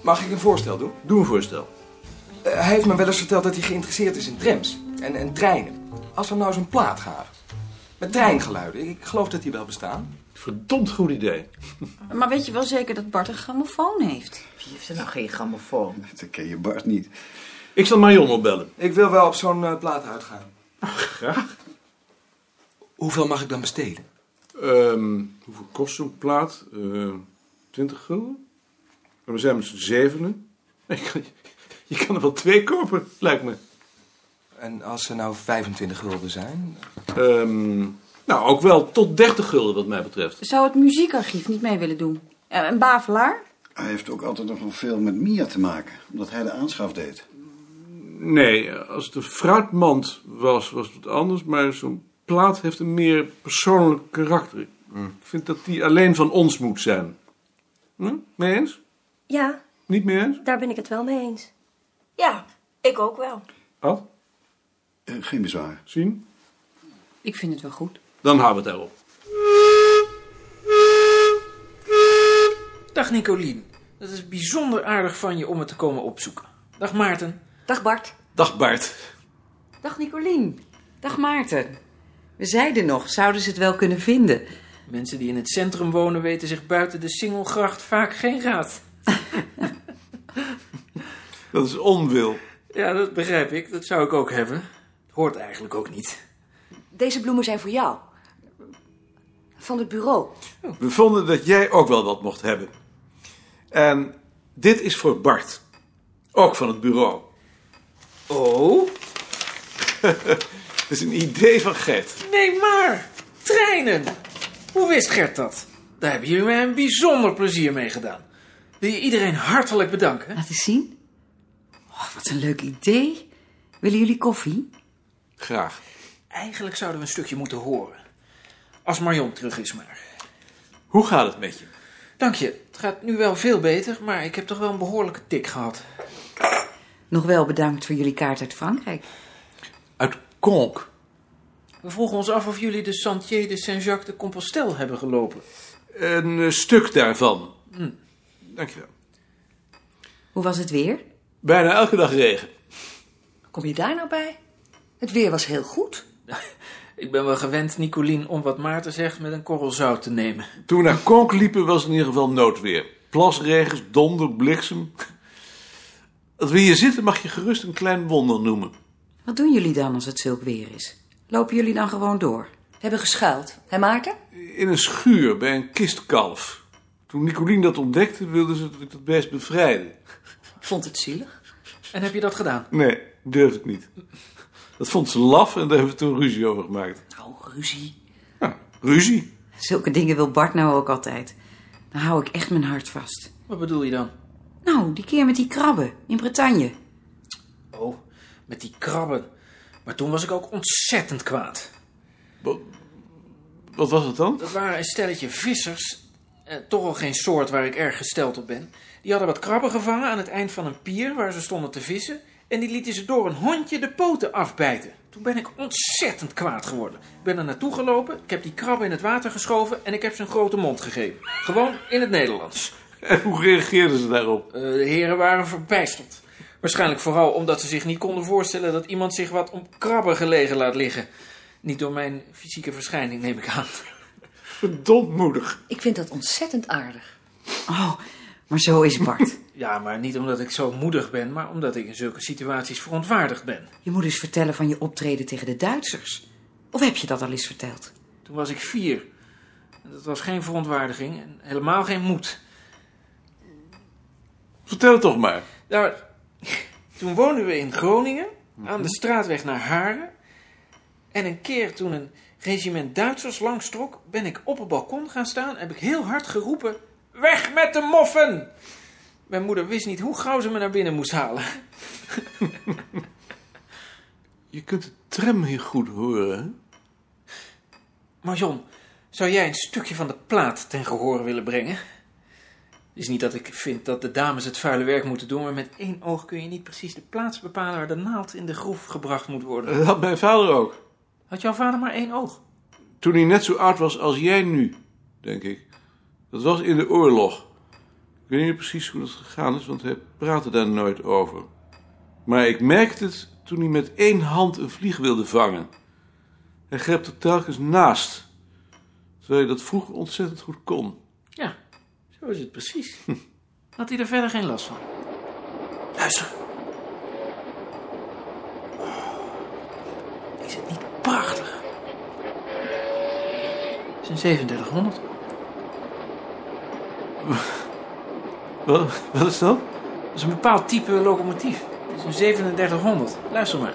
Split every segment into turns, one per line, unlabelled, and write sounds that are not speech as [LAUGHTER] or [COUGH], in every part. Mag ik een voorstel doen?
Doe een voorstel.
Eh, hij heeft me wel eens verteld dat hij geïnteresseerd is in trams en, en treinen. Als we hem nou eens een plaat gaven. Met treingeluiden. Ik geloof dat die wel bestaan.
Verdomd goed idee.
Maar weet je wel zeker dat Bart een grammofoon heeft?
Wie heeft er nou geen grammofoon?
Dat ken je Bart niet.
Ik zal Marion opbellen.
Ik wil wel op zo'n eh, plaat uitgaan.
Graag.
Hoeveel mag ik dan besteden?
Ehm, hoeveel kost zo'n plaat? Eh 20 gulden? En we zijn met z'n zevenen. Je kan, je kan er wel twee kopen, lijkt me.
En als ze nou 25 gulden zijn?
Ehm, nou, ook wel tot 30 gulden wat mij betreft.
Zou het muziekarchief niet mee willen doen? Eh, Een bavelaar?
Hij heeft ook altijd nog wel veel met Mia te maken, omdat hij de aanschaf deed.
Nee, als het een fruitmand was, was het wat anders. Maar zo'n plaat heeft een meer persoonlijk karakter. Ik vind dat die alleen van ons moet zijn. Hm? Mee eens?
Ja,
Niet mee eens?
daar ben ik het wel mee eens.
Ja, ik ook wel.
Ad?
Eh, geen bezwaar.
Zien?
Ik vind het wel goed.
Dan houden we het erop.
Dag Nicolien. Dat is bijzonder aardig van je om het te komen opzoeken. Dag Maarten.
Dag Bart.
Dag Bart.
Dag Nicolien. Dag Maarten. We zeiden nog, zouden ze het wel kunnen vinden?
Mensen die in het centrum wonen weten zich buiten de Singelgracht vaak geen raad.
Dat is onwil.
Ja, dat begrijp ik. Dat zou ik ook hebben. Het hoort eigenlijk ook niet.
Deze bloemen zijn voor jou. Van het bureau.
We vonden dat jij ook wel wat mocht hebben. En dit is voor Bart. Ook van het bureau.
Oh?
Het is een idee van Gert.
Nee, maar! Treinen! Hoe wist Gert dat? Daar hebben jullie mij een bijzonder plezier mee gedaan. Wil je iedereen hartelijk bedanken?
Laat eens zien. Oh, wat een leuk idee. Willen jullie koffie?
Graag.
Eigenlijk zouden we een stukje moeten horen. Als Marion terug is maar.
Hoe gaat het met je?
Dank je. Het gaat nu wel veel beter, maar ik heb toch wel een behoorlijke tik gehad.
Nog wel bedankt voor jullie kaart uit Frankrijk.
Uit Konk.
We vroegen ons af of jullie de Sentier de Saint-Jacques de Compostelle hebben gelopen.
Een eh, stuk daarvan. Dankjewel.
Hoe was het weer?
Bijna elke dag regen.
Kom je daar nou bij? Het weer was heel goed.
Ik ben wel gewend, Nicolien, om wat Maarten zegt met een korrel zout te nemen.
Toen we naar Konk liepen was het in ieder geval noodweer. Plasregens, donder, bliksem. [LAUGHS] Als we hier zitten mag je gerust een klein wonder noemen.
Wat doen jullie dan als het zulk weer is? Lopen jullie dan gewoon door? Hebben geschuild. Hé Maarten?
In een schuur bij een kistkalf. Toen Nicolien dat ontdekte wilde ze dat ik dat beest bevrijden.
Vond het zielig.
En heb je dat gedaan?
Nee, durfde ik niet. Dat vond ze laf en daar hebben we toen ruzie over gemaakt.
Oh, ruzie.
Ja, ruzie?
Zulke dingen wil Bart nou ook altijd. Dan hou ik echt mijn hart vast.
Wat bedoel je dan?
Nou, die keer met die krabben in Bretagne.
Oh, met die krabben. Maar toen was ik ook ontzettend kwaad.
Wat, wat was het dan?
Dat waren een stelletje vissers, eh, toch al geen soort waar ik erg gesteld op ben. Die hadden wat krabben gevangen aan het eind van een pier waar ze stonden te vissen. En die lieten ze door een hondje de poten afbijten. Toen ben ik ontzettend kwaad geworden. Ik ben er naartoe gelopen, ik heb die krabben in het water geschoven en ik heb ze een grote mond gegeven. Gewoon in het Nederlands.
En hoe reageerden ze daarop?
Eh, de heren waren verbijsterd. Waarschijnlijk vooral omdat ze zich niet konden voorstellen dat iemand zich wat om krabben gelegen laat liggen. Niet door mijn fysieke verschijning, neem ik aan.
Verdomd moedig.
Ik vind dat ontzettend aardig. Oh, maar zo is [LAUGHS] Bart.
Ja, maar niet omdat ik zo moedig ben, maar omdat ik in zulke situaties verontwaardigd ben.
Je moet eens vertellen van je optreden tegen de Duitsers. Of heb je dat al eens verteld?
Toen was ik vier. En Dat was geen verontwaardiging en helemaal geen moed.
Vertel het toch maar.
Nou, [LAUGHS] toen woonden we in Groningen, aan de straatweg naar Haren. En een keer toen een regiment Duitsers langstrok, ben ik op het balkon gaan staan. Heb ik heel hard geroepen, weg met de moffen! Mijn moeder wist niet hoe gauw ze me naar binnen moest halen.
Je kunt de tram hier goed horen. hè?
Marion, zou jij een stukje van de plaat ten gehoor willen brengen? Het is niet dat ik vind dat de dames het vuile werk moeten doen, maar met één oog kun je niet precies de plaats bepalen waar de naald in de groef gebracht moet worden.
Dat had mijn vader ook.
Had jouw vader maar één oog?
Toen hij net zo oud was als jij nu, denk ik. Dat was in de oorlog. Ik weet niet precies hoe dat gegaan is, want hij praatte daar nooit over. Maar ik merkte het toen hij met één hand een vlieg wilde vangen. Hij greep er telkens naast, terwijl hij dat vroeger ontzettend goed kon.
Ja, zo is het [LAUGHS] precies. Had hij er verder geen last van? Luister. Is het niet prachtig? Het is een 3700.
Wat, wat is dat?
Dat is een bepaald type locomotief. Het is een 3700. Luister maar.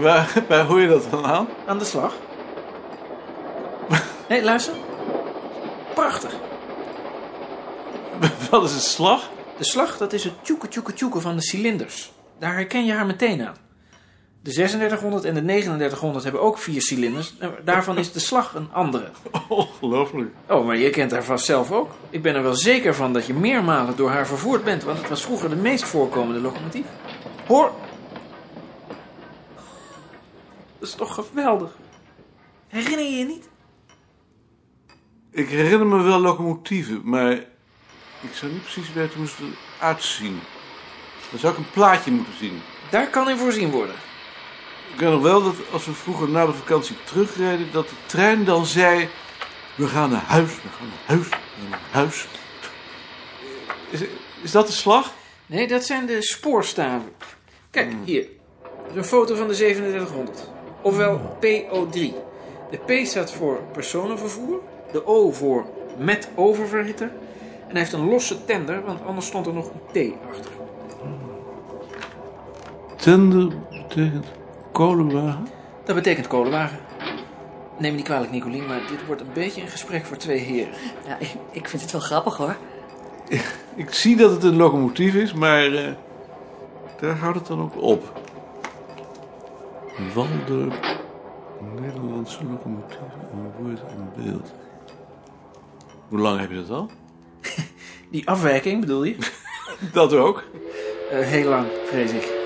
Waar, waar hoor je dat dan aan?
Aan de slag. [LAUGHS] Nee, luister. Prachtig.
Wat is een slag?
De slag, dat is het tjoeke tjoeke tjoeke van de cilinders. Daar herken je haar meteen aan. De 3600 en de 3900 hebben ook vier cilinders. En Daarvan is de slag een andere.
Ongelooflijk.
Oh, maar je kent haar vast zelf ook. Ik ben er wel zeker van dat je meermalen door haar vervoerd bent, want het was vroeger de meest voorkomende locomotief. Hoor! Dat is toch geweldig? Herinner je je niet?
Ik herinner me wel locomotieven, maar ik zou niet precies weten hoe ze eruit zien. Dan zou ik een plaatje moeten zien.
Daar kan in voorzien worden.
Ik weet nog wel dat als we vroeger na de vakantie terugreden, dat de trein dan zei... We gaan naar huis, we gaan naar huis, we gaan naar huis. Is, is dat de slag?
Nee, dat zijn de spoorstaven. Kijk, hier. Dat is een foto van de 3700. Ofwel PO3. De P staat voor personenvervoer. De O voor met oververhitter. En hij heeft een losse tender, want anders stond er nog een T achter.
Tender betekent kolenwagen.
Dat betekent kolenwagen. Neem me niet kwalijk, Nicolien, maar dit wordt een beetje een gesprek voor twee heren.
Ja, ik, ik vind het wel grappig hoor.
Ik zie dat het een locomotief is, maar eh, daar houdt het dan ook op. Waldorp, Nederlandse locomotief, een woord en beeld. Hoe lang heb je dat al? [LAUGHS]
Die afwijking, bedoel je?
Dat ook.
Eh, heel lang, vrees ik.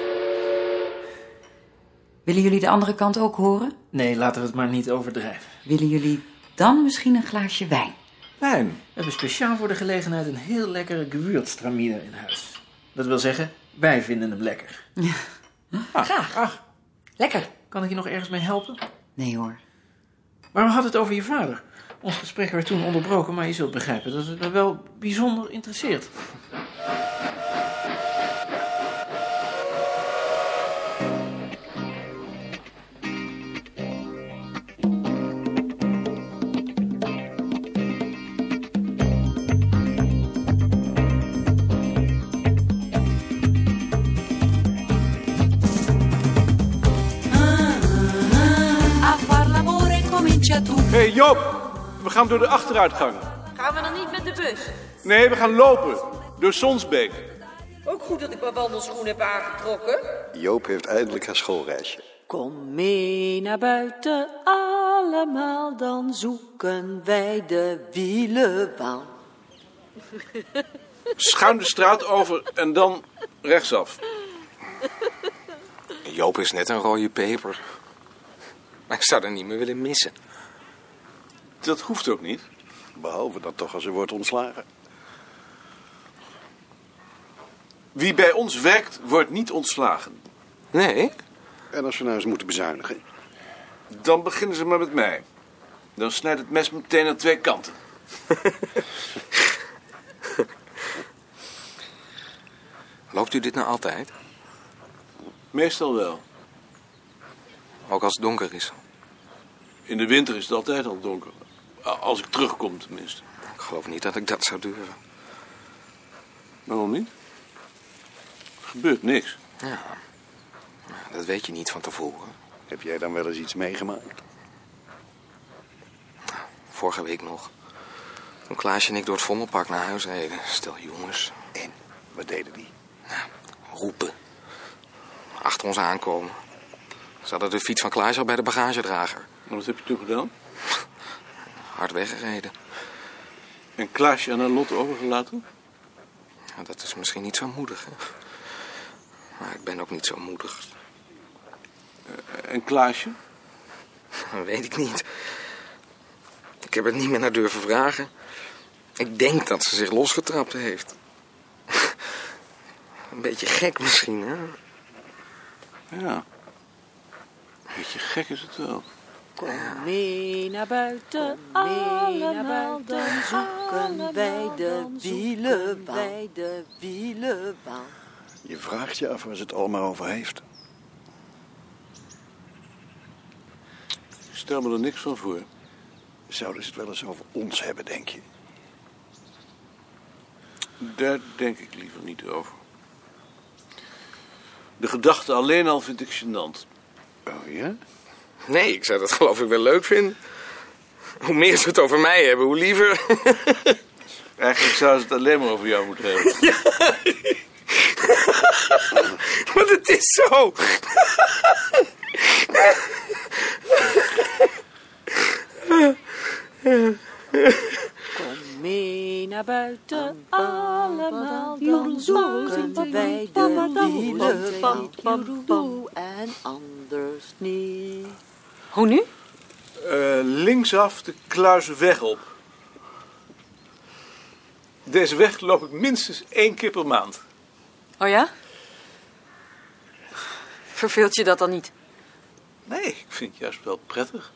Willen jullie de andere kant ook horen?
Nee, laten we het maar niet overdrijven.
Willen jullie dan misschien een glaasje wijn?
Fijn.
We hebben speciaal voor de gelegenheid een heel lekkere gewürztraminer in huis. Dat wil zeggen, wij vinden hem lekker. Ah,
Graag. Lekker.
Kan ik je nog ergens mee helpen?
Nee hoor.
Maar we hadden het over je vader. Ons gesprek werd toen onderbroken, maar je zult begrijpen dat het me wel bijzonder interesseert.
A far l'amore comincia tu.
Hé hey Joop, we gaan door de achteruitgang.
Gaan we dan niet met de bus?
Nee, we gaan lopen. Door Sonsbeek.
Ook goed dat ik mijn wandelschoen heb aangetrokken.
Joop heeft eindelijk haar schoolreisje.
Kom mee naar buiten allemaal, dan zoeken wij de wielenbaan.
Schuin de straat over en dan rechtsaf.
Joop is net een rode peper. Maar ik zou er niet meer willen missen.
Dat hoeft ook niet.
Behalve dat toch als ze wordt ontslagen.
Wie bij ons werkt, wordt niet ontslagen.
Nee?
En als ze nou eens moeten bezuinigen.
Dan beginnen ze maar met mij. Dan snijdt het mes meteen aan twee kanten.
Loopt u dit nou altijd?
Meestal wel.
Ook als het donker is.
In de winter is het altijd al donker. A- Als ik terugkom tenminste.
Ik geloof niet dat ik dat zou duren.
Waarom niet? Er gebeurt niks.
Ja. Dat weet je niet van tevoren.
Heb jij dan wel eens iets meegemaakt?
Vorige week nog. Toen Klaasje en ik door het Vondelpark naar huis reden. Stel jongens. Nou,
En? Wat deden die?
roepen. Achter ons aankomen. Ze hadden de fiets van Klaas al bij de bagagedrager.
Maar wat heb je toen gedaan?
Hard weggereden.
En Klaasje aan haar lot overgelaten?
Nou, dat is misschien niet zo moedig, hè? Maar ik ben ook niet zo moedig. [LAUGHS]
En Klaasje?
Dat weet ik niet. Ik heb het niet meer naar durven vragen. Ik denk dat ze zich losgetrapt heeft. [LAUGHS] Een beetje gek misschien, hè?
Ja. Beetje gek is het wel.
Kom mee naar buiten, allemaal, dan zoeken wij de wielenbaan. Wij de wielenbaan.
Je vraagt je af waar ze het allemaal over heeft.
Ik stel me er niks van voor.
Zouden ze het wel eens over ons hebben, denk je?
Daar denk ik liever niet over. De gedachte alleen al vind ik gênant.
Oh ja?
Nee, ik zou dat geloof ik wel leuk vinden. Hoe meer ze het over mij hebben, hoe liever.
Eigenlijk zou ze het alleen maar over jou moeten hebben.
Want het is zo.
Kom mee naar buiten, allemaal, dan
Oh,
zoeken wij de wielenbaan. Doe en anders niet.
Hoe nu?
[LAUGHS] Eh, linksaf de Kluizenweg op. Deze weg loop ik minstens één keer per maand.
Oh ja? Verveelt je dat dan niet?
Nee, ik vind het juist wel prettig.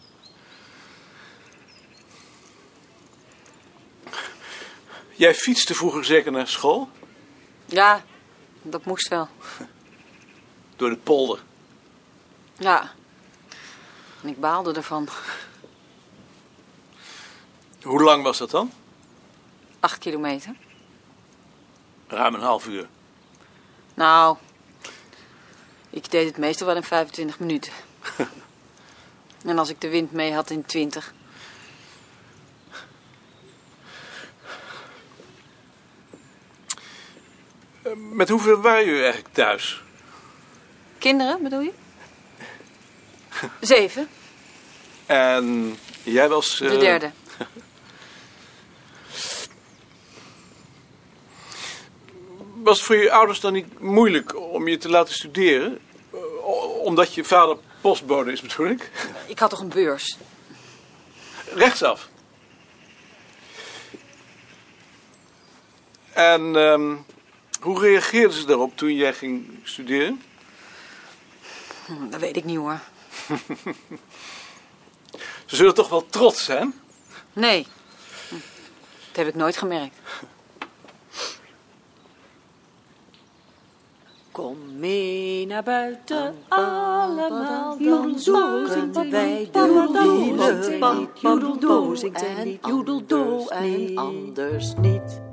Jij fietste vroeger zeker naar school?
Ja, dat moest wel.
Door de polder.
Ja. En ik baalde ervan.
Hoe lang was dat dan?
Acht kilometer.
Ruim een half uur.
Nou, ik deed het meestal wel in 25 minuten. en als ik de wind mee had in 20.
Eh, Met hoeveel waren jullie eigenlijk thuis?
Kinderen bedoel je? Zeven,
En jij was...
de
eh,
derde.
Was het voor je ouders dan niet moeilijk om je te laten studeren? Eh, o- Omdat je vader postbode is, bedoel ik.
Ik had toch een beurs?
Rechtsaf. En ehm, hoe reageerden ze daarop toen jij ging studeren?
Hm, Dat weet ik niet hoor.
Ze zullen toch wel trots zijn?
Nee, Hm, dat heb ik nooit gemerkt.
Kom mee naar buiten, allemaal, dan zoeken wij de wielenbaan. Joedeldoe en anders niet.